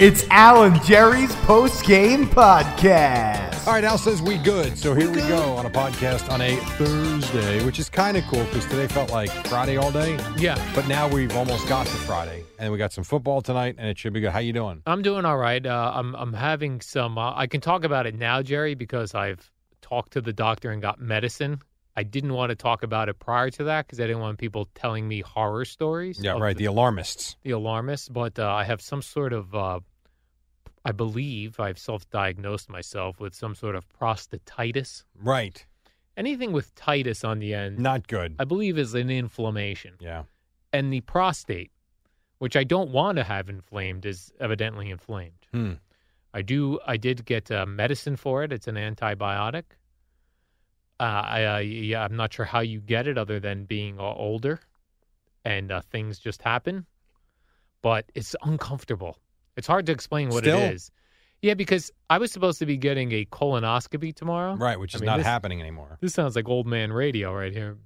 It's Al and Jerry's post game podcast. All right, Al says we good. So here we go on a podcast on a Thursday, which is kind of cool because today felt like Friday all day. Yeah. But now we've almost got to Friday, and we got some football tonight, and it should be good. How you doing? I'm doing all right. Uh, I'm I'm having some. Uh, I can talk about it now, Jerry, because I've talked to the doctor and got medicine. I didn't want to talk about it prior to that because I didn't want people telling me horror stories. Yeah, of right. The, The alarmists. the alarmists, but uh, I have some sort of. Uh, I believe I've self-diagnosed myself with some sort of prostatitis. Right. Anything with titus on the end, Not good. I believe, is an inflammation. Yeah. and the prostate, which I don't want to have inflamed, is evidently inflamed. Hmm. I do. I did get uh, medicine for it. It's an antibiotic. Uh, I, uh, yeah, I'm not sure how you get it other than being uh, older, and uh, things just happen. But it's uncomfortable. It's hard to explain what Still? it is. Yeah, because I was supposed to be getting a colonoscopy tomorrow. Right, which I is mean, not this- happening anymore. this sounds like old man radio right here.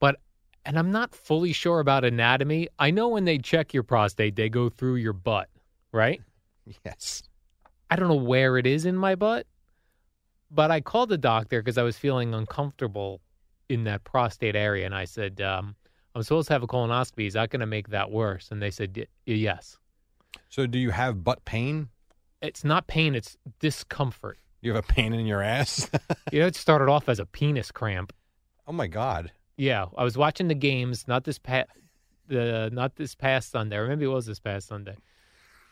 But and I'm not fully sure about anatomy. I know when they check your prostate, they go through your butt, right? Yes. I don't know where it is in my butt, but I called the doctor because I was feeling uncomfortable in that prostate area, and I said, um, "I'm supposed to have a colonoscopy. Is that going to make that worse?" And they said, "Y- "Yes." So do you have butt pain? It's not pain; it's discomfort. You have a pain in your ass? You know, it started off as a penis cramp, oh my God. Yeah, I was watching the games. Not this past, the not this past Sunday. Or maybe it was this past Sunday,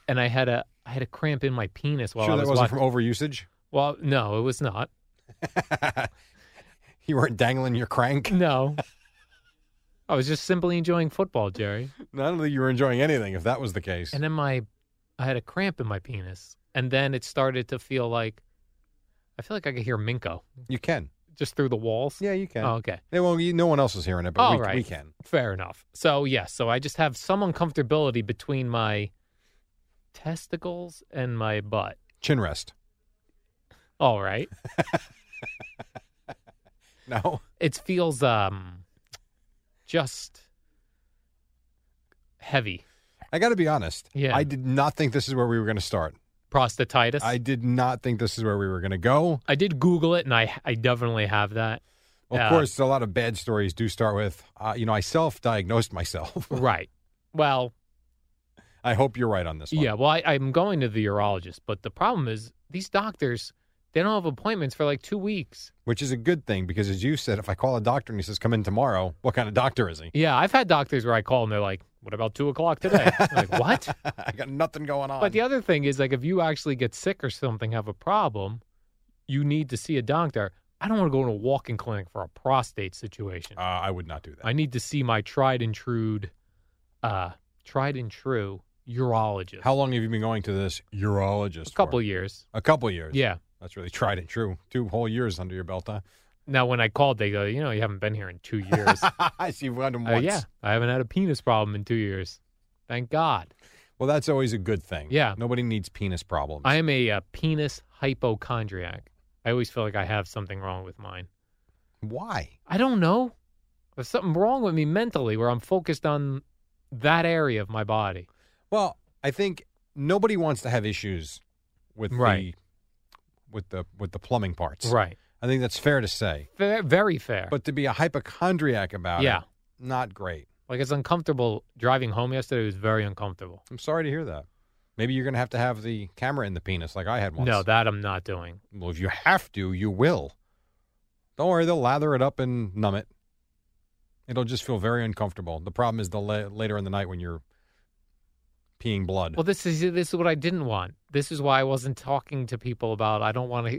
and I had a I had a cramp in my penis while sure, I that was wasn't watching. from overusage. Well, no, it was not. you weren't dangling your crank. No, I was just simply enjoying football, Jerry. No, I don't think you were enjoying anything if that was the case. And then my I had a cramp in my penis, and then it started to feel like I feel like I could hear Minko you can. just through the walls. Yeah, you can. Oh, okay. Yeah, well, you, no one else is hearing it, but All we, right. we can. Fair enough. So yes, so I just have some uncomfortability between my testicles and my butt. Chin rest. All right. No. It feels um just heavy. I got to be honest. Yeah. I did not think this is where we were going to start. Prostatitis. I did not think this is where we were going to go. I did Google it and I I definitely have that. Of Yeah. course, a lot of bad stories do start with, uh, you know, I self diagnosed myself. Right. Well, I hope you're right on this one. yeah, well I, I'm going to the urologist, but the problem is these doctors they don't have appointments for like two weeks. Which is a good thing because, as you said, if I call a doctor and he says, come in tomorrow, what kind of doctor is he? Yeah, I've had doctors where I call and they're like, What about two o'clock today? I'm like, what? I got nothing going on. But the other thing is, like, if you actually get sick or something, have a problem, you need to see a doctor. I don't want to go to a walk-in clinic for a prostate situation. uh, I would not do that. I need to see my tried and true, uh, tried and true urologist. How long have you been going to this urologist? A couple for? years. A couple years. Yeah. That's really tried and true. Two whole years under your belt, huh? Now, when I called, they go, you know, you haven't been here in two years. Uh, I see you've gone to once. yeah, I haven't had a penis problem in two years. Thank God. Well, that's always a good thing. Yeah. Nobody needs penis problems. I am a, uh penis hypochondriac. I always feel like I have something wrong with mine. Why? I don't know. There's something wrong with me mentally where I'm focused on that area of my body. Well, I think nobody wants to have issues with Right. the with the with the plumbing parts. Right. I think that's fair to say. Fair, very fair. But to be a hypochondriac about yeah. it, not great. Like it's uncomfortable driving home yesterday. It was very uncomfortable. I'm sorry to hear that. Maybe you're going to have to have the camera in the penis like I had once. No, that I'm not doing. Well, if you have to, you will. Don't worry, they'll lather it up and numb it. It'll just feel very uncomfortable. The problem is the la- later in the night when you're peeing blood. Well, this is this is what I didn't want. This is why I wasn't talking to people about. I don't want to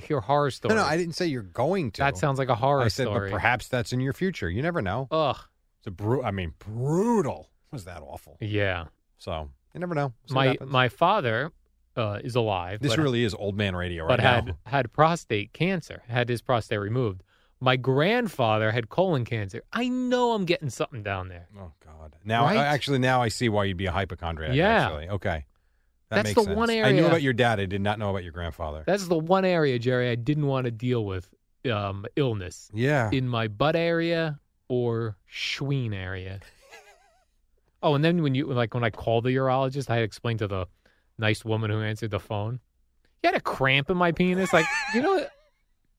hear horror no, stories. no, I didn't say you're going to. That sounds like a horror I said, story. but perhaps that's in your future. You never know. Ugh. It's a bru- I mean, brutal. Was that awful? Yeah. So you never know. See what my happens. my father uh, is alive. this but, really is old man radio right but now. had had prostate cancer. Had his prostate removed. My grandfather had colon cancer. I know I'm getting something down there. Oh God! Now, Right? I, actually, now I see why you'd be a hypochondriac. Yeah. Actually. Okay. That That's makes the sense. one I knew area- about your dad. I did not know about your grandfather. That's the one area, Jerry, I didn't want to deal with um, illness yeah. in my butt area or schween area. oh, and then when you like when I called the urologist, I explained to the nice woman who answered the phone, "You had a cramp in my penis." Like, you know, what?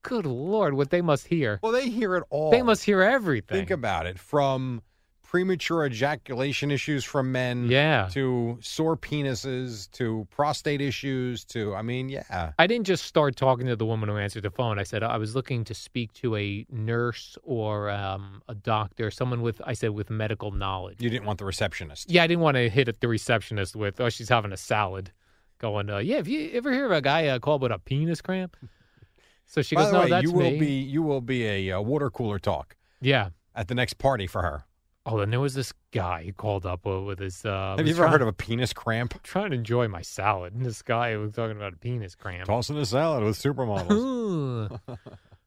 good lord, what they must hear. well, they hear it all. They must hear everything. Oh. think about it from premature ejaculation issues from men. Yeah. To sore penises, to prostate issues, to I mean, yeah. I didn't just start talking to the woman who answered the phone. I said I was looking to speak to a nurse or um, a doctor, someone with I said with medical knowledge. You didn't want the receptionist. Yeah, I didn't want to hit at the receptionist with, oh, she's having a salad. Going, uh, yeah, if you ever hear of a guy uh, called with a penis cramp? So she By goes, the no, way, that's you will me. be you will be a uh, water cooler talk Yeah. at the next party for her. Oh, then there was this guy who called up uh, with his. Uh, Have you ever heard of a penis cramp? Trying to enjoy my salad, and this guy was talking about a penis cramp. Tossing a salad with supermodels. Ooh.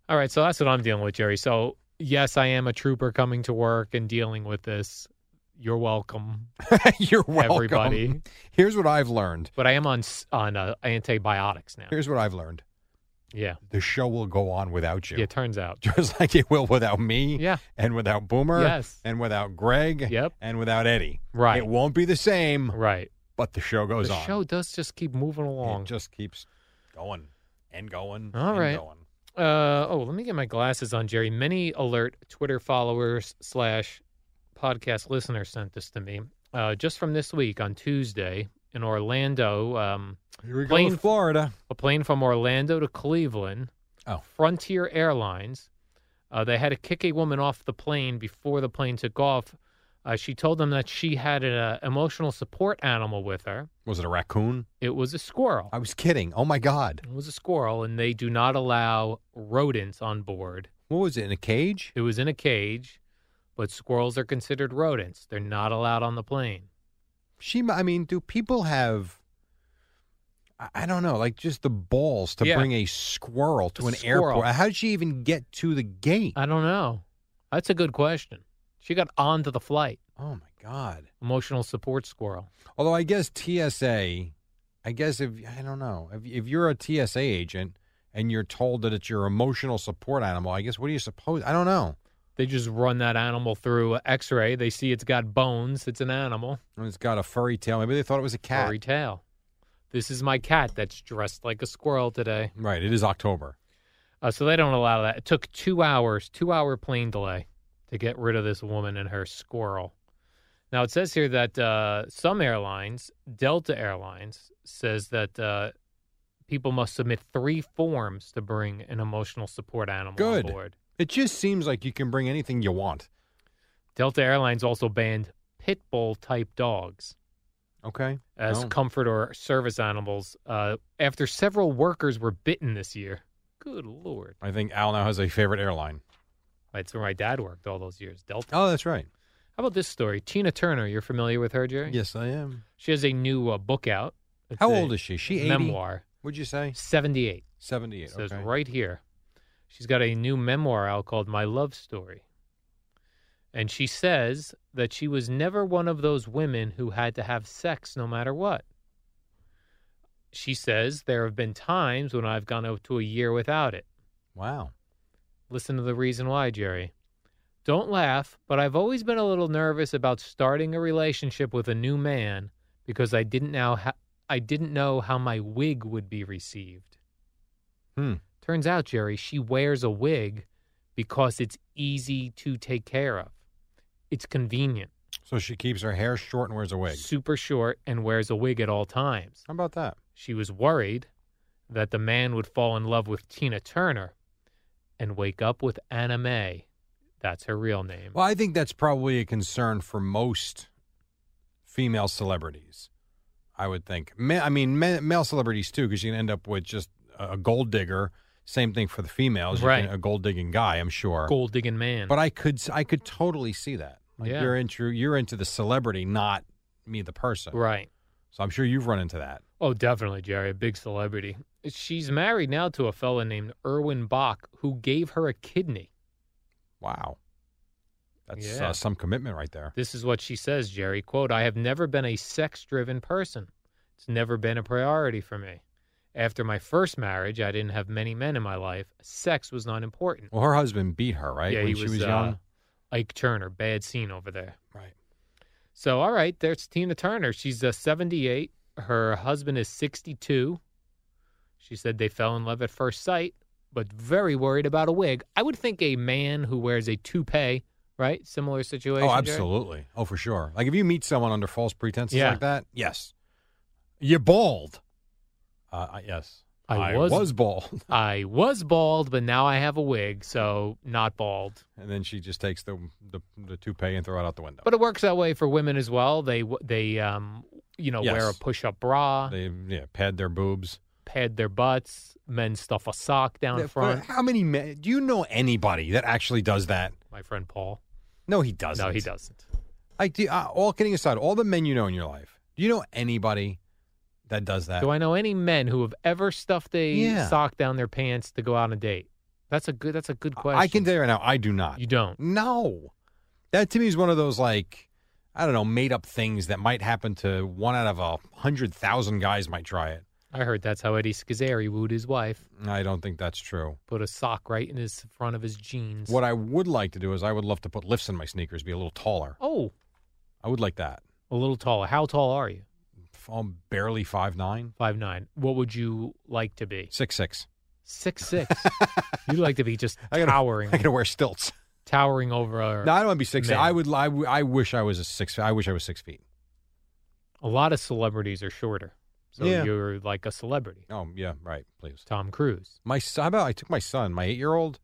All right, so that's what I'm dealing with, Jerry. So yes, I am a trooper coming to work and dealing with this. You're welcome, You're welcome. everybody. Here's what I've learned. But I am on s- on uh, antibiotics now. Here's what I've learned. Yeah, The show will go on without you. yeah. It turns out. Just like it will without me Yeah. and without Boomer Yes. and without Greg Yep. and without Eddie. Right. It won't be the same, Right. but the show goes the on. show does just keep moving it along. just keeps going and going All and right. going. Uh, oh, let me get my glasses on, Jerry. Many alert Twitter followers slash podcast listeners sent this to me uh, just from this week on Tuesday in Orlando. Um, Here we go Plane- with Florida. a plane from Orlando to Cleveland, Oh. Frontier Airlines. Uh, they had to kick a woman off the plane before the plane took off. Uh, she told them that she had an uh, emotional support animal with her. Was it a raccoon? It was a squirrel. I was kidding. Oh my God. It was a squirrel, and they do not allow rodents on board. What was it? In a cage? It was in a cage, but squirrels are considered rodents. They're not allowed on the plane. She. I mean, do people have? I- I don't know, like just the balls to Yeah. bring a squirrel to A an squirrel. airport. How did she even get to the gate? I don't know. That's a good question. She got onto the flight. oh my god! Emotional support squirrel. Although I guess TSA, I guess if I don't know if, if you're a TSA agent and you're told that it's your emotional support animal, I guess what do you suppose? I don't know. They just run that animal through a X-ray. They see it's got bones. It's an animal. And It's got a furry tail. Maybe they thought it was a cat. Furry tail. This is my cat that's dressed like a squirrel today. Right. It is October. Uh, so they don't allow that. It took two hours, two hour plane delay to get rid of this woman and her squirrel. Now it says here that uh, some airlines, Delta Airlines, says that uh, people must submit three forms to bring an emotional support animal Good. on board. It just seems like you can bring anything you want. Delta Airlines also banned pit bull type dogs Okay. as Oh. comfort or service animals uh, after several workers were bitten this year. Good lord! I think Al now has a favorite airline. That's where my dad worked all those years. Delta. Oh, that's right. How about this story? Tina Turner, you're familiar with her, Jerry? Yes, I am. She has a new uh, book out. It's How a old is she? She 80? Memoir. Would you say 78. It 78? says okay. right here. She's got a new memoir out called My Love Story. And she says that she was never one of those women who had to have sex no matter what. She says there have been times when I've gone up to a year without it. Wow. Listen to the reason why, Jerry. Don't laugh, but I've always been a little nervous about starting a relationship with a new man because I didn't now ha- I didn't know how my wig would be received. Hmm. Turns out, Jerry, she wears a wig because it's easy to take care of. It's convenient. So she keeps her hair short and wears a wig. Super short and wears a wig at all times. How about that? She was worried that the man would fall in love with Tina Turner and wake up with Anna May. That's her real name. Well, I think that's probably a concern for most female celebrities. I would think. Ma- I mean, ma- male celebrities too, because you can end up with just a a gold digger. Same thing for the females, You can- Right. a gold digging guy, I'm sure. Gold digging man. But I could, I could totally see that. Like Yeah. you're into, you're into the celebrity, not me, the person. right. So I'm sure you've run into that. Oh, definitely, Jerry, a big celebrity. She's married now to a fella named Erwin Bach who gave her a kidney. Wow, that's Yeah. uh, some commitment right there. This is what she says, Jerry. Quote, I have never been a sex driven person. It's never been a priority for me. After my first marriage, I didn't have many men in my life. Sex was not important. Well, her husband beat her, right? Yeah, when he she was, was uh, young. Ike Turner, bad scene over there. Right. So, all right, there's Tina Turner. She's uh, 78. Her husband is 62. She said they fell in love at first sight, but very worried about a wig. I would think a man who wears a toupee, right? Similar situation. Oh, Jerry? absolutely. Oh, for sure. Like if you meet someone under false pretenses Yeah. like that, yes, you're bald. Uh, I- yes, I was- bald. I was bald, but now I have a wig, so not bald. And then she just takes the the, the toupee and throw it out the window. But it works that way for women as well. They w- they um you know wear a Yes. push-up bra, they yeah pad their boobs pad their butts. Men stuff a sock down Yeah, but front. How many men? Do you know anybody that actually does that? My friend Paul. No, he doesn't. No, he doesn't. Like, do you, uh, all kidding aside, all the men you know in your life, do you know anybody that does that? Do I know any men who have ever stuffed a Uh, Yeah. sock down their pants to go out on a date? That's a good. That's a good question. I can tell you right now, I do not. You don't. No. That to me is one of those like I don't know, made up things that might happen to one out of a hundred thousand guys might try it. I heard that's how Eddie Scazzeri wooed his wife. I don't think that's true. Put a sock right in his front of his jeans. What I would like to do is I would love to put lifts in my sneakers, be a little taller. oh, I would like that. a little taller. How tall are you? If I'm barely five nine, Five nine. What would you like to be? six six. Six six. You'd like to be just I gotta, towering, I gotta wear stilts. towering over. A, No, I don't want to be six. Man. I would. I, w- I wish I was a six. I wish I was six feet. a lot of celebrities are shorter, so Yeah. you're like a celebrity. Oh yeah, right. Please. Tom Cruise. My son. How about I took my son, my eight year old.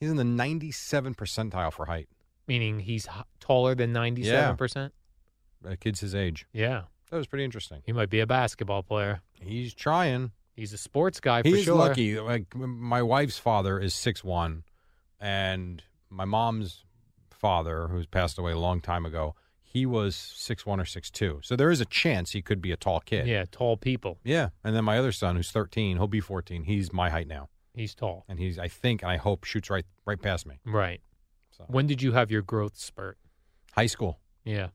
He's in the ninety seven percentile for height. Meaning he's h- taller than 97%? A Uh, kid's his age. Yeah. That was pretty interesting. He might be a basketball player. He's trying. He's a sports guy for He's sure. lucky. Like my wife's father is six one, and my mom's father, who's passed away a long time ago, he was six one or six two. So there is a chance he could be a tall kid. Yeah, tall people. Yeah. And then my other son, who's thirteen, he'll be fourteen. He's my height now, He's tall. and he's I think and I hope shoots right right past me. Right. So When did you have your growth spurt? high school. Yeah.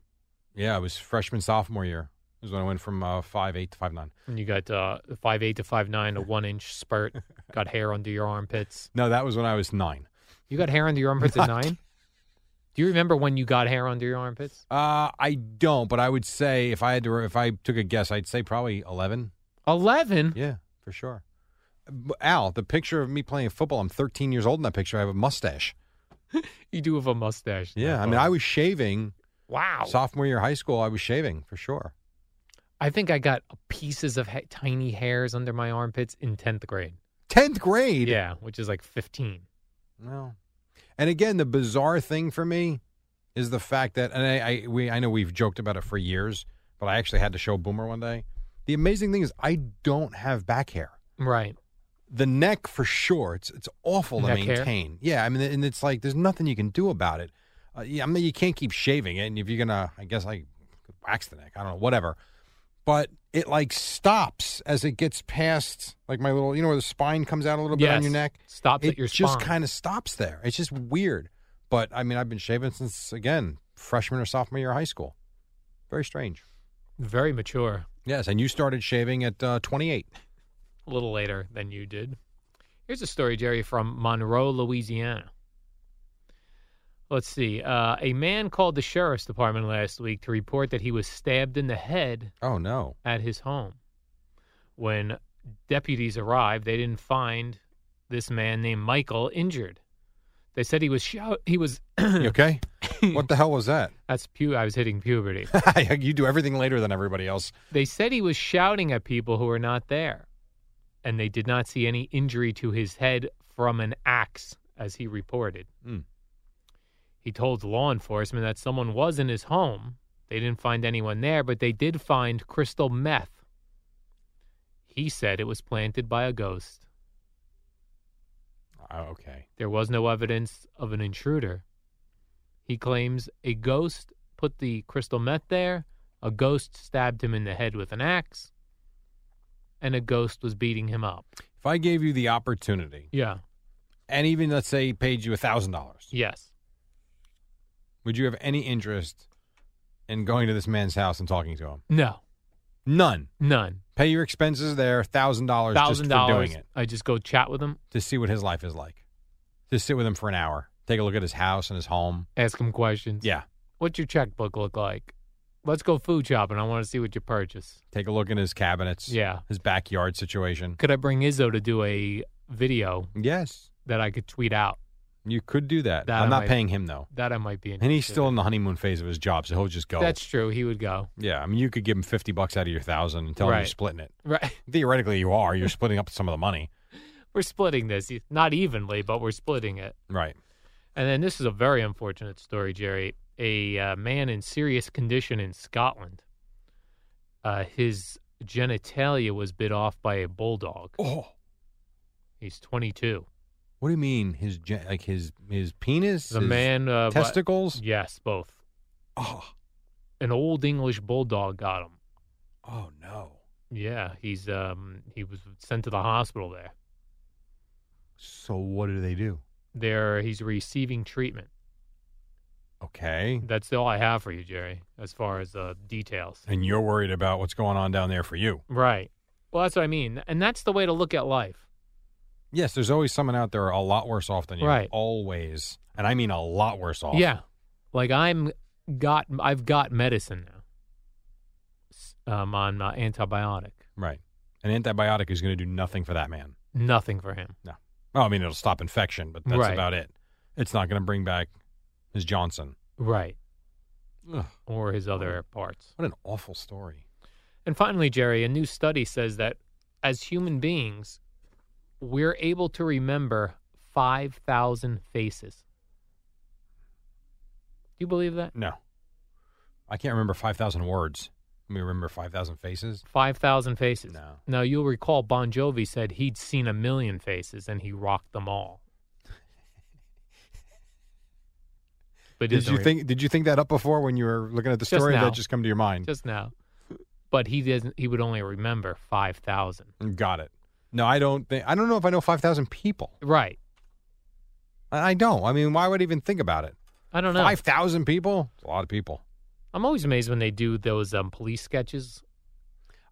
Yeah, it was freshman sophomore year. Is when I went from uh, five eight to five nine. When you got uh, five eight to five nine, a one inch spurt, got hair under your armpits. No, that was when I was nine. You got hair under your armpits at nine? Do you remember when you got hair under your armpits? Uh, I don't, but I would say if I had to, if I took a guess, I'd say probably eleven. Eleven. Yeah, for sure. B- Al, the picture of me playing football, I'm 13 years old in that picture. I have a mustache. You do have a mustache. Yeah, I mean, I was shaving wow. sophomore year of high school. I was shaving for sure. I think I got pieces of ha- tiny hairs under my armpits in tenth grade. 10th grade. Yeah, which is like fifteen. Well, and again, the bizarre thing for me is the fact that, and I, I, we, I know we've joked about it for years, but I actually had to show Boomer one day. The amazing thing is, I don't have back hair. Right. the neck for sure. It's it's awful Neck to hair? maintain. Yeah, I mean, and it's like there's nothing you can do about it. Uh, yeah, I mean, you can't keep shaving it, and if you're gonna, I guess I could wax the neck. I don't know, whatever. But it like stops as it gets past like my little, you know, where the spine comes out a little bit on Yes. your neck. Stops it at your just spine. kind of stops there. It's just weird. But I mean, I've been shaving since again freshman or sophomore year of high school. Very strange. Very mature. Yes, and you started shaving at uh, 28. a little later than you did. Here's a story, Jerry, from Monroe, Louisiana. Let's see. Uh, a man called the sheriff's department last week to report that he was stabbed in the head Oh no. at his home. When deputies arrived, they didn't find this man named Michael injured. They said he was shout- he was You okay? What the hell was that? That's pu- I was hitting puberty. you do everything later than everybody else. they said he was shouting at people who were not there, and they did not see any injury to his head from an axe, as he reported. Hmm. He told law enforcement that someone was in his home. They didn't find anyone there, but they did find crystal meth. He said it was planted by a ghost. Oh, okay. There was no evidence of an intruder. He claims a ghost put the crystal meth there, a ghost stabbed him in the head with an axe, and a ghost was beating him up. If I gave you the opportunity, Yeah. and even let's say paid you a thousand dollars, Yes. would you have any interest in going to this man's house and talking to him? No. None. None. Pay your expenses there, thousand dollars just Thousand for dollars. doing it, I just go chat with him, to see what his life is like. Just sit with him for an hour, take a look at his house and his home. ask him questions. Yeah, What's your checkbook look like? Let's go food shopping. I want to see what you purchase. take a look in his cabinets. Yeah. his backyard situation. Could I bring Izzo to do a video Yes, that I could tweet out? you could do that. That I I'm not might- paying him though, That I might be interested. and he's still in. in the honeymoon phase of his job, so he'll just go. That's true. He would go. yeah, I mean, you could give him fifty bucks out of your thousand and tell him you're Right. splitting it. Right. Theoretically, you are. You're splitting up some of the money, we're splitting this e, not evenly but we're splitting it right? and then this is a very unfortunate story jerry a uh, man in serious condition in scotland uh, his genitalia was bit off by a bulldog Oh, he's 22 what do you mean? His gen- like his his penis, the his man uh, bu- testicles. yes both Oh, an old english bulldog got him oh no. yeah he's um he was sent to the hospital there So what do they do? there he's receiving treatment Okay. that's all i have for you jerry as far as uh, details And you're worried about what's going on down there for you. Right. Well, that's what I mean. And that's the way to look at life. Yes, there's always someone out there a lot worse off than you. Right. Always. And I mean a lot worse off. Yeah. Like I'm got I've got medicine now. S- Um on uh, antibiotic. Right. An antibiotic is going to do nothing for that man. Nothing for him. Well, I mean, it'll stop infection, but that's Right. about it. It's not going to bring back Ms. Johnson. Right. Ugh, Or his other parts. what an awful story. And finally, Jerry, a new study says that as human beings, we're able to remember 5,000 faces. Do you believe that? No. I can't remember 5,000 words. Let me remember 5,000 faces. 5,000 faces. No. Now, you'll recall Bon Jovi said he'd seen a million faces and he rocked them all. But Did isn't you re- think did you think that up before when you were looking at the Just story? or did now. that just come to your mind? just now? But he doesn't. He would only remember five thousand. Got it. No, I don't think I don't know if I know 5,000 people. Right. I I don't. I mean, why would I even think about it? I don't know. Five thousand people. It's a lot of people. I'm always amazed when they do those um, police sketches.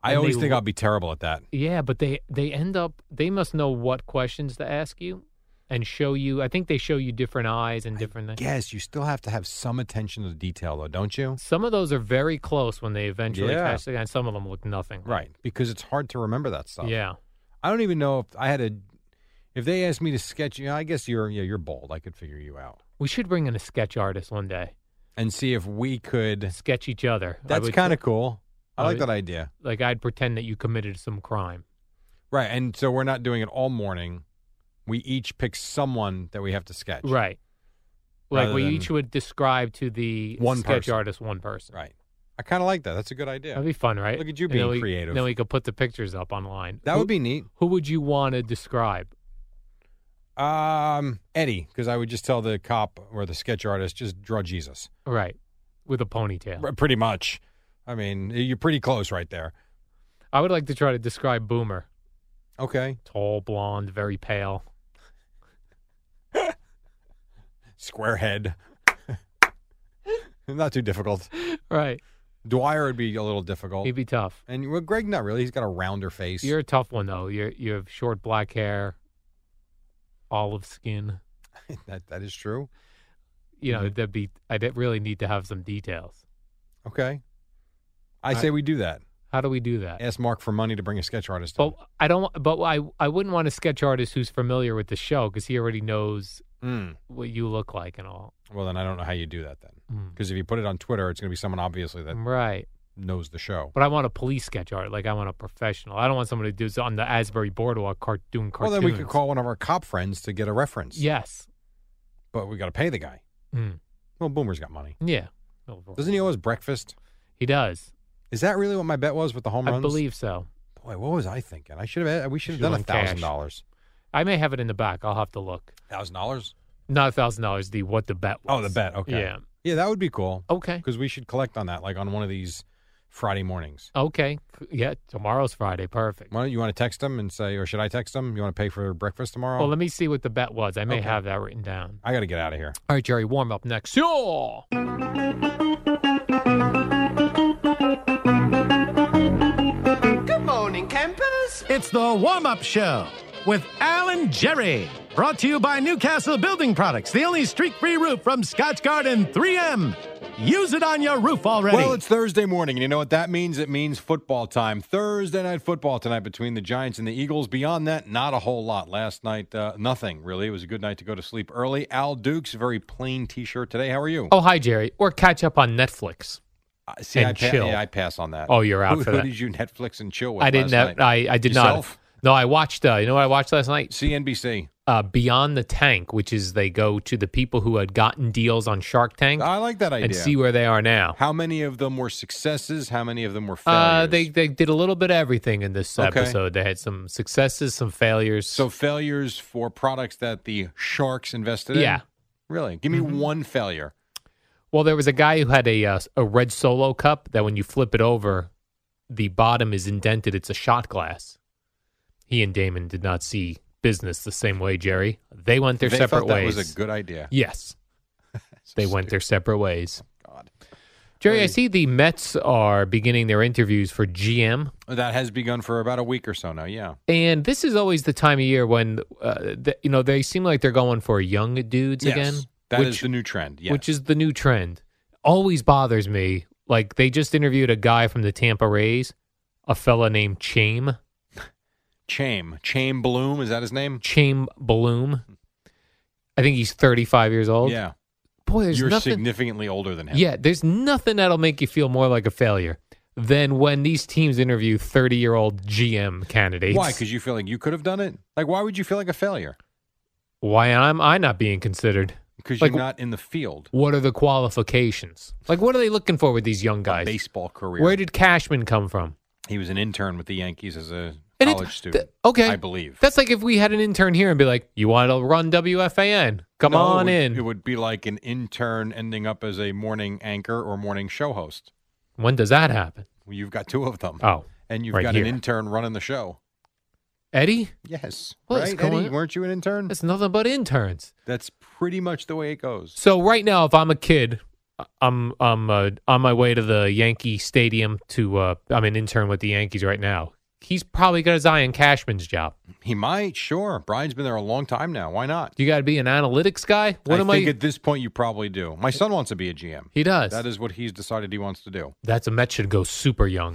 I And always they think lo- I'll be terrible at that. Yeah, but they they end up. They must know what questions to ask you and show you. I think they show you different eyes and different. things. Yes, you still have to have some attention to detail, though, don't you? Some of those are very close when they eventually Yeah. catch the guy. and Some of them look nothing. Right, because it's hard to remember that stuff. Yeah. I don't even know if I had a. If they asked me to sketch, you know, I guess you're yeah, you're bold. I could figure you out We should bring in a sketch artist one day. and see if we could. Sketch each other. I That's would- kind of cool. I I like would- that idea. like I'd pretend that you committed some crime. Right, and so we're not doing it all morning. We each pick someone that we have to sketch. Right. Like Rather we than- each would describe to the One sketch person. artist one person. Right. I kind of like that. That's a good idea. That'd be fun, right? Look at you And then being we- creative. Then we could put the pictures up online. that Who- would be neat. Who would you want to describe? Um, Eddie, because I would just tell the cop or the sketch artist, just draw Jesus. Right. With a ponytail. P- Pretty much. I mean, you're pretty close right there. I would like to try to describe Boomer. Okay. Tall, blonde, very pale. Square head. Not too difficult. Right. Dwyer would be a little difficult. He'd be tough. And well, Greg, not really. He's got a rounder face. You're a tough one though. You're you have short black hair, olive skin. that, that is true. You Mm-hmm. know, that'd be I'd really need to have some details. Okay. I, I- say we do that. How do we do that? Ask Mark for money to bring a sketch artist. But in. I don't. But I I wouldn't want a sketch artist who's familiar with the show because he already knows Mm. what you look like and all. Well, then I don't know how you do that then. Mm. Because if you put it on Twitter, it's going to be someone obviously that Right. knows the show. But I want a police sketch art. Like I want a professional. I don't want somebody to do this on the Asbury Boardwalk cart doing Well, cartoons. then we could call one of our cop friends to get a reference. Yes. But we got to pay the guy. Mm. Well, Boomer's got money. Yeah. Doesn't he owe us breakfast? He does. Is that really what my bet was with the home I runs? believe so. Boy, what was I thinking? I should have. We should have Should've done a went cash. thousand dollars. I may have it in the back. I'll have to look. Thousand dollars? Not a thousand dollars. The what the bet was. Oh, the bet. Okay. Yeah. Yeah, that would be cool Okay. because we should collect on that, like on one of these Friday mornings. Okay. C- Yeah. Tomorrow's Friday. Perfect. Why don't you want to text them and say, or should I text them? You want to pay for breakfast tomorrow? Well, let me see what the bet was. I may Okay. have that written down. I got to get out of here. All right, Jerry. Warm up next. Sure. Good morning, campers. It's the warm up show with Alan Jerry. Brought to you by Newcastle Building Products, the only streak free roof from Scotch Garden 3M. Use it on your roof already. Well, it's Thursday morning, and you know what that means? It means football time. Thursday night football tonight between the Giants and the Eagles. Beyond that, not a whole lot. Last night, uh, nothing really. It was a good night to go to sleep early. Al Dukes, very plain T-shirt today. How are you? Oh, hi, Jerry. Or catch up on Netflix. Uh, see, and I, pa- chill. yeah, I pass on that. Oh, you're out who, for who that. did you Netflix and chill with? I didn't. last have- night? I I did Yourself? not. No, I watched. Uh, you know what I watched last night? CNBC. uh, Beyond the Tank, which is they go to the people who had gotten deals on Shark Tank I like that idea. and see where they are now. how many of them were successes? How many of them were failures? Oh. Uh, they they did a little bit of everything in this Okay. episode. They had some successes, some failures. so failures for products that the sharks invested in. yeah. Mm-hmm. really. Give me one failure. Well, there was a guy who had a uh, a red Solo cup that when you flip it over, the bottom is indented. It's a shot glass. He and Damon did not see business the same way, Jerry. They went their they separate thought that ways. was a good idea. yes, they went their separate ways. God. Jerry, I see the Mets are beginning their interviews for GM, That has begun for about a week or so now. Yeah. and this is always the time of year when uh, th- you know they seem like they're going for young dudes Yes. again, That is which- the new trend. Yes. which is the new trend. Always bothers me. Like they just interviewed a guy from the Tampa Rays, a fella named Chaim Chaim. Chaim Bloom. Is that his name? Chaim Bloom. I think he's 35 years old. Yeah. boy, there's You're nothing. significantly older than him. Yeah, there's nothing that'll make you feel more like a failure than when these teams interview 30 year old GM candidates. Why? Because you feel like you could have done it? Like, why would you feel like a failure? why am I not being considered? Because Like- you're not in the field. What are the qualifications? Like, what are they looking for with these young A guys? baseball career. Where did Cashman come from? he was an intern with the Yankees as a And it- college th- student. okay, I believe. That's like if we had an intern here and be like, "You want to run WFAN? Come No, it on would- in." It would be like an intern ending up as a morning anchor or morning show host. when does that happen? Well, You've got two of them, Oh, and you've right got here. an intern running the show. Eddie, Yes, What is right? going Eddie, on? weren't you an intern? that's nothing but interns. That's pretty much the way it goes. So right now, if I'm a kid, I- I'm I'm uh, on my way to the Yankee Stadium to uh, I'm an intern with the Yankees right now. He's probably got his eye on Cashman's job. He might, sure. Brian's been there a long time now. Why not? You got to be an analytics guy. What I am think I? at this point you probably do. My son wants to be a GM. he does. That is what he's decided he wants to do. That's a Met should go super young.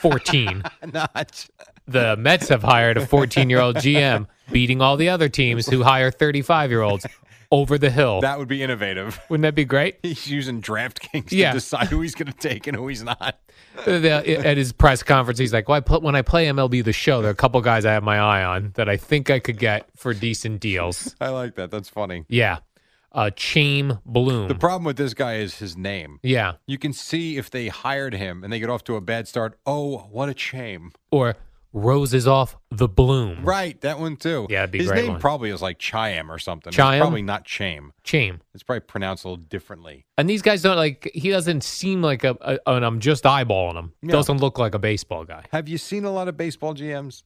14. Not. The Mets have hired a 14 year old GM, beating all the other teams who hire 35 year olds over the hill. That would be innovative. Wouldn't that be great? He's using DraftKings Yeah. to decide who he's going to take and who he's not. The- At his press conference, he's like, well, I put, when I play MLB the show, there are a couple guys I have my eye on that I think I could get for decent deals. I like that. That's funny. Yeah. Uh, Chaim Bloom. The problem with this guy is his name. yeah. You can see if they hired him and they get off to a bad start. Oh, what a shame! Or Roses Off the Bloom. Right, that one too. Yeah, that'd be a his great name one. probably is like Chaim or something. It's Chaim? probably not Chaim. Chaim. It's probably pronounced a little differently. And these guys don't like. He doesn't seem like a. a and I'm just eyeballing him. Yeah. Doesn't look like a baseball guy. Have you seen a lot of baseball GMs?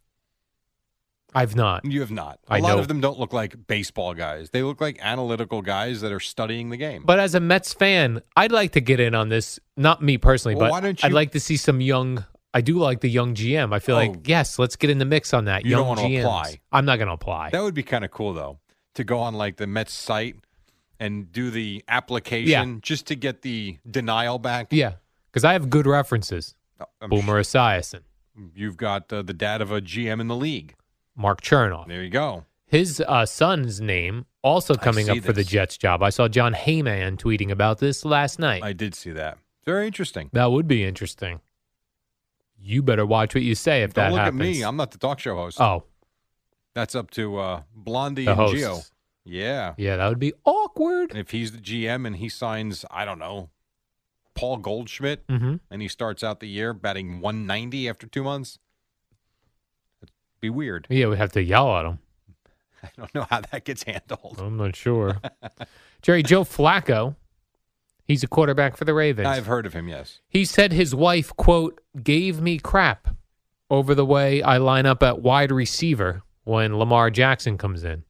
I've not. You have not. A I lot know. of them don't look like baseball guys. They look like analytical guys that are studying the game. But as a Mets fan, I'd like to get in on this. Not me personally, Well, but why don't I'd you- like to see some young. I do like the young GM. I feel Oh. like yes, let's get in the mix on that. You young don't wanna GMs. apply. I'm not going to apply. that would be kind of cool though to go on like the Mets site and do the application just to get the denial back. Oh, yeah, because I have good references. I'm Boomer Esiason, You've got uh, the dad of a GM in the league. Mark Chernoff. There you go. His uh, son's name also I coming see up for the this. Jets job. I saw John Heyman tweeting about this last night. I did see that. Very interesting. that would be interesting. You better watch what you say if Don't that look happens. at me. I'm not the talk show host. oh, That's up to uh, Blondie the and host. Geo. Yeah. Yeah, that would be awkward. And if he's the GM and he signs, I don't know, Paul Goldschmidt, hmm and he starts out the year batting 190 after two months, it'd be weird. Yeah, we have to yell at him. I don't know how that gets handled. I'm not sure. Jerry Joe Flacco, he's a quarterback for the Ravens. I've heard of him, yes. He said his wife, quote, gave me crap over the way I line up at wide receiver when Lamar Jackson comes in.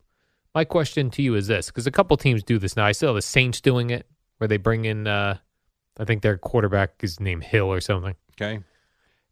My question to you is this because a couple teams do this now. I saw the Saints doing it where they bring in, uh, I think their quarterback is named Hill or something, Okay.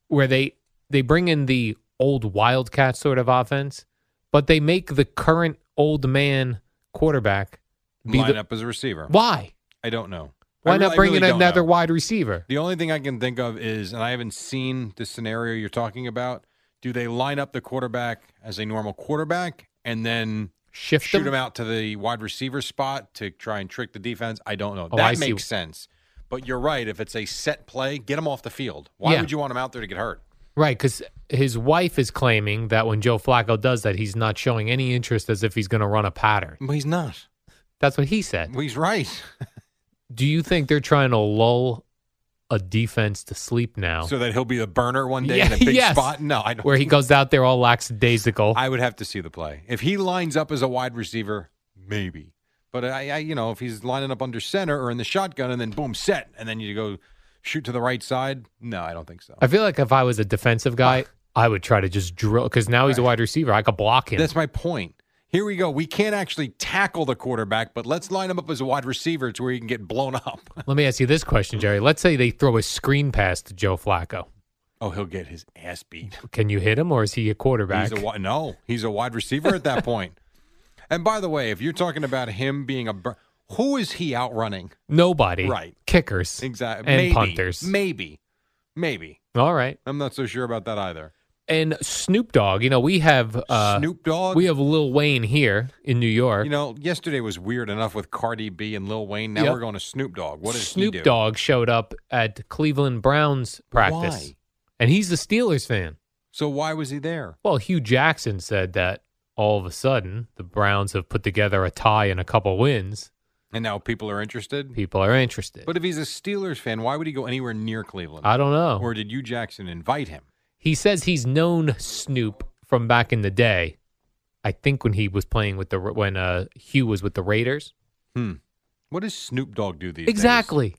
where they, they bring in the old Wildcat sort of offense, but they make the current old man quarterback be Line the. up as a receiver. Why? I don't know. I Why re- not I bring really in don't another know. wide receiver? The only thing I can think of is, and I haven't seen the scenario you're talking about. Do they line up the quarterback as a normal quarterback and then Shift shoot them? him out to the wide receiver spot to try and trick the defense? I don't know. Oh, that I see. makes sense. But you're right. If it's a set play, get him off the field. Why Yeah. would you want him out there to get hurt? Right, because his wife is claiming that when Joe Flacco does that, he's not showing any interest as if he's going to run a pattern. Well, he's not. That's what he said. Well, he's right. Do you think they're trying to lull a defense to sleep now, So that he'll be the burner one day Yeah, in a big yes. spot? No, I don't. where he goes out there all lackadaisical? I would have to see the play. If he lines up as a wide receiver, maybe. But I, I, you know, if he's lining up under center or in the shotgun, and then boom, set, and then you go shoot to the right side. No, I don't think so. I feel like if I was a defensive guy, Ah. I would try to just drill because now he's a wide receiver. I could block him. That's my point. Here we go. We can't actually tackle the quarterback, but let's line him up as a wide receiver to where he can get blown up. Let me ask you this question, Jerry. Let's say they throw a screen pass to Joe Flacco. Oh, he'll get his ass beat. Can you hit him, or is he a quarterback? He's a wi- no, he's a wide receiver at that point. And by the way, if you're talking about him being a, bur- who is he outrunning? Nobody. Right. Kickers. Exactly. And maybe, punters. Maybe. Maybe. All right. I'm not so sure about that either. And Snoop Dogg, you know, we have uh, Snoop Dogg. We have Lil Wayne here in New York. you know, yesterday was weird enough with Cardi B and Lil Wayne. Now Yep. we're going to Snoop Dogg. What does Snoop he do? Dogg showed up at Cleveland Browns practice, Why? and he's a Steelers fan. So why was he there? Well, Hugh Jackson said that all of a sudden the Browns have put together a tie and a couple wins. And now people are interested. People are interested. But if he's a Steelers fan, why would he go anywhere near Cleveland? I don't know. Or did you Jackson invite him? He says he's known Snoop from back in the day. I think when he was playing with the when uh, Hugh was with the Raiders. Hmm. What does Snoop Dogg do these days? Exactly.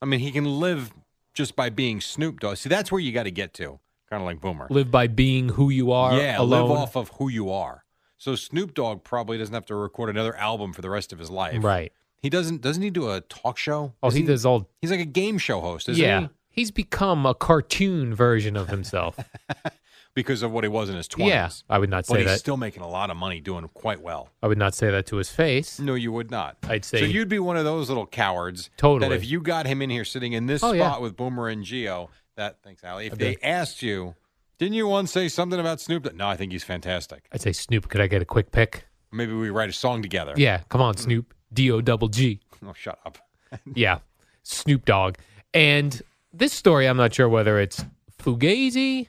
I mean, he can live just by being Snoop Dogg. See, that's where you got to get to. Kind of like Boomer. Live by being who you are. yeah, alone. live off of who you are. So Snoop Dogg probably doesn't have to record another album for the rest of his life. Right. He doesn't doesn't he do a talk show? Oh, he Isn't- does all He's like a game show host, isn't yeah, he? he's become a cartoon version of himself. Because of what he was in his 20s. yeah, I would not But say he's that. still making a lot of money doing quite well. I would not say that to his face. No, you would not. I'd say- So you'd be one of those little cowards. Totally. That if you got him in here sitting in this Oh, spot yeah. with Boomer and Geo, that thanks, Allie. If I they did. asked you, didn't you once say something about Snoop? Dogg? No, I think he's fantastic. I'd say Snoop. Could I get a quick pick? Maybe we write a song together. Yeah, come on, Snoop. D O double G. Oh, shut up. Yeah, Snoop Dogg. And this story, I'm not sure whether it's fugazi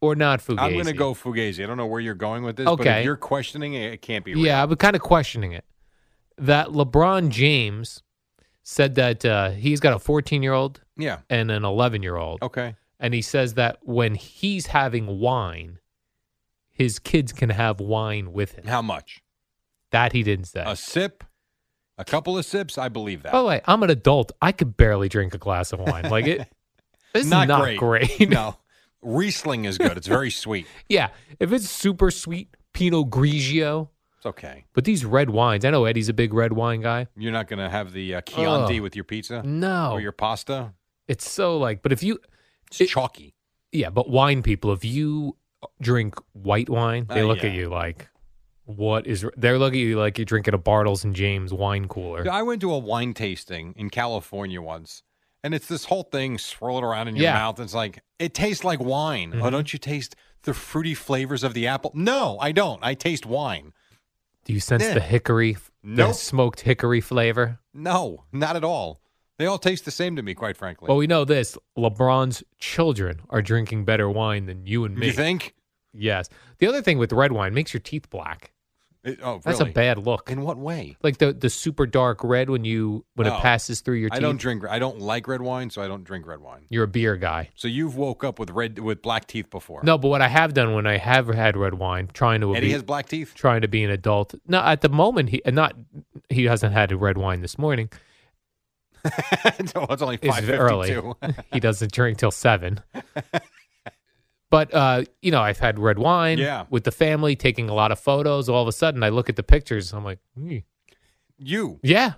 or not fugazi. I'm going to go Fugazi. I don't know where you're going with this, but Okay. if you're questioning it, it can't be real. Yeah, I've been kind of questioning it. That LeBron James said that uh, he's got a 14 year old Yeah. and an 11 year old. Okay. and he says that when he's having wine, his kids can have wine with him. How much? That he didn't say. A sip, a couple of sips. I believe that. By the way, I'm an adult. I could barely drink a glass of wine. Like it, this is not great. no, Riesling is good. It's very sweet. yeah, if it's super sweet Pinot Grigio, It's okay. but these red wines. I know Eddie's a big red wine guy. You're not going to have the uh, Chianti with your pizza No, or your pasta. it's so like. But if you, It's It- chalky. yeah, but wine people, if you drink white wine, they Uh, look at yeah. you like, what is? They're looking at you like you're drinking a Bartles and James wine cooler. I went to a wine tasting in California once, and it's this whole thing swirl it around in your Yeah. Mm-hmm. mouth. And it's like it tastes like wine. Oh, don't you taste the fruity flavors of the apple? No, I don't. I taste wine. Do you sense Yeah. the hickory, the Nope. smoked hickory flavor? No, not at all. They all taste the same to me, quite frankly. Well, we know this. LeBron's children are drinking better wine than you and me. you think? Yes. The other thing with red wine makes your teeth black. It- oh, That's really? a bad look. In what way? like the the super dark red when you when No. it passes through your teeth. I don't drink. I don't like red wine, so I don't drink red wine. You're a beer guy. So you've woke up with red with black teeth before. No, but what I have done when I have had red wine, trying to Eddie be- has black teeth. trying to be an adult. No, at the moment he not he hasn't had a red wine this morning. no, it's only It's five early. fifty-two. he doesn't drink till seven. But uh, you know, I've had red wine Yeah. with the family, taking a lot of photos. All of a sudden, I look at the pictures. I'm like, "Hmm, you. yeah,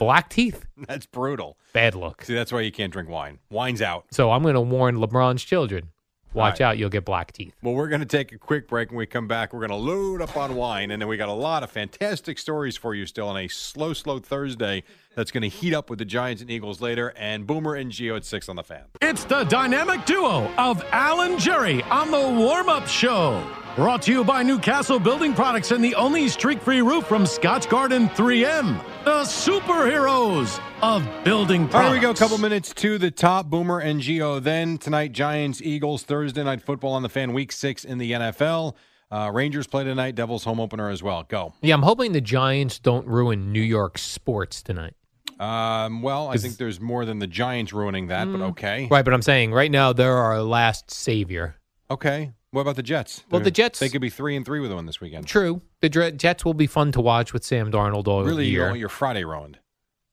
black teeth, That's brutal. bad look. See, that's why you can't drink wine. Wine's out. So I'm going to warn LeBron's children: watch Right. out, you'll get black teeth. Well, we're going to take a quick break. When we come back, we're going to load up on wine, and then we got a lot of fantastic stories for you still on a slow, slow Thursday that's going to heat up with the Giants and Eagles later, and Boomer and Geo at six on the fan. It's the dynamic duo of Alan Jerry on the warm up show. Brought to you by Newcastle Building Products and the only streak free roof from Scotch Garden 3M, the superheroes of building products. All right, here we go. A couple minutes to the top. Boomer and Geo. Then tonight, Giants, Eagles, Thursday night football on the fan, week six in the NFL. Uh, Rangers play tonight, Devils home opener as well. Go. Yeah, I'm hoping the Giants don't ruin New York sports tonight. Um, well, I think there's more than the Giants ruining that, but okay. Mm. Right, but I'm saying right now they're our last savior. Okay. What about the Jets? Well, the Jets- They could be three and three with one this weekend. True, the Dre- Jets will be fun to watch with Sam Darnold all Really, you year. don't want your Friday ruined.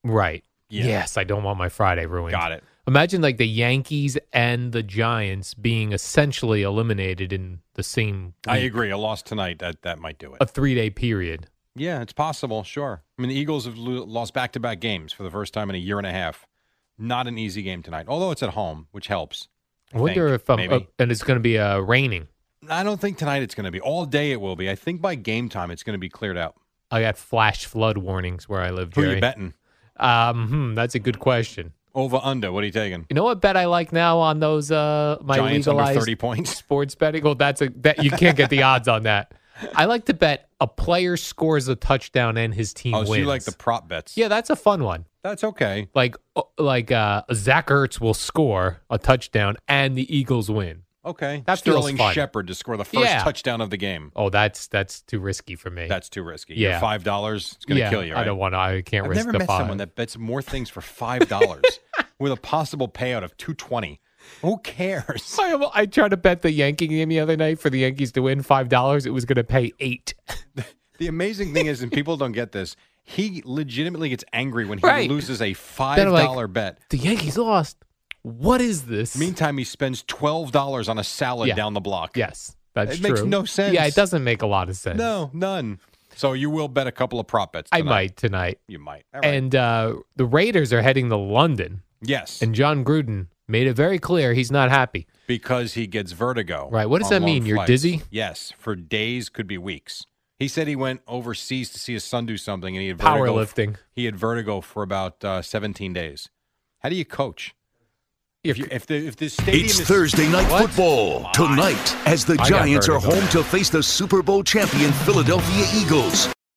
Right. Yeah. Yes, I don't want my Friday ruined. Got it. Imagine like the Yankees and the Giants being essentially eliminated in the same I week, agree. A loss tonight that that might do it. a three day period. yeah, it's possible. Sure. I mean, the Eagles have lo- lost back to back games for the first time in a year and a half. Not an easy game tonight, although it's at home, which helps. I wonder think, if um, maybe. uh, and it's going to be uh, raining. I don't think tonight it's going to be. All day it will be. I think by game time it's going to be cleared out. I got flash flood warnings where I live. Who Jerry. you betting? Um, hmm, that's a good question. Over under? What are you taking? You know what bet I like now on those uh my Giants under legalized thirty points. sports betting? Well, that's a that you can't get the odds on that. I like to bet a player scores a touchdown and his team Oh, wins. so you like the prop bets? yeah, that's a fun one. that's okay. like like uh, Zach Ertz will score a touchdown and the Eagles win. Okay. That feels Sterling fun. Shepard to score the first Yeah. touchdown of the game. Oh, that's that's too risky for me. That's too risky. Yeah. Your five dollars, it's gonna yeah, kill you. Right? I don't want to. I can't I've risk never the met five. someone that bets more things for five dollars with a possible payout of two twenty. Who cares? I, almo- I tried to bet the Yankee game the other night for the Yankees to win five dollars. It was going to pay eight. The amazing thing is, and people don't get this, he legitimately gets angry when he Right. loses a five They're like- dollar bet. The Yankees lost. What is this? Meantime, he spends twelve dollars on a salad Yeah. down the block. yes, that's It true. makes no sense. Yeah, it doesn't make a lot of sense. No, none. So you will bet a couple of prop bets. I tonight. might tonight. You might. All right. And uh, the Raiders are heading to London, yes, and John Gruden made it very clear he's not happy. because he gets vertigo. Right, what does on that long mean? You're flights. dizzy? Yes, for days could be weeks. He said he went overseas to see his son do something, and he had vertigo. Powerlifting. He had vertigo for about uh, 17 days. How do you coach? If you, if the if the stadium It's is Thursday Night What? Football tonight as the I got Giants are vertigo. home to face the Super Bowl champion Philadelphia Eagles.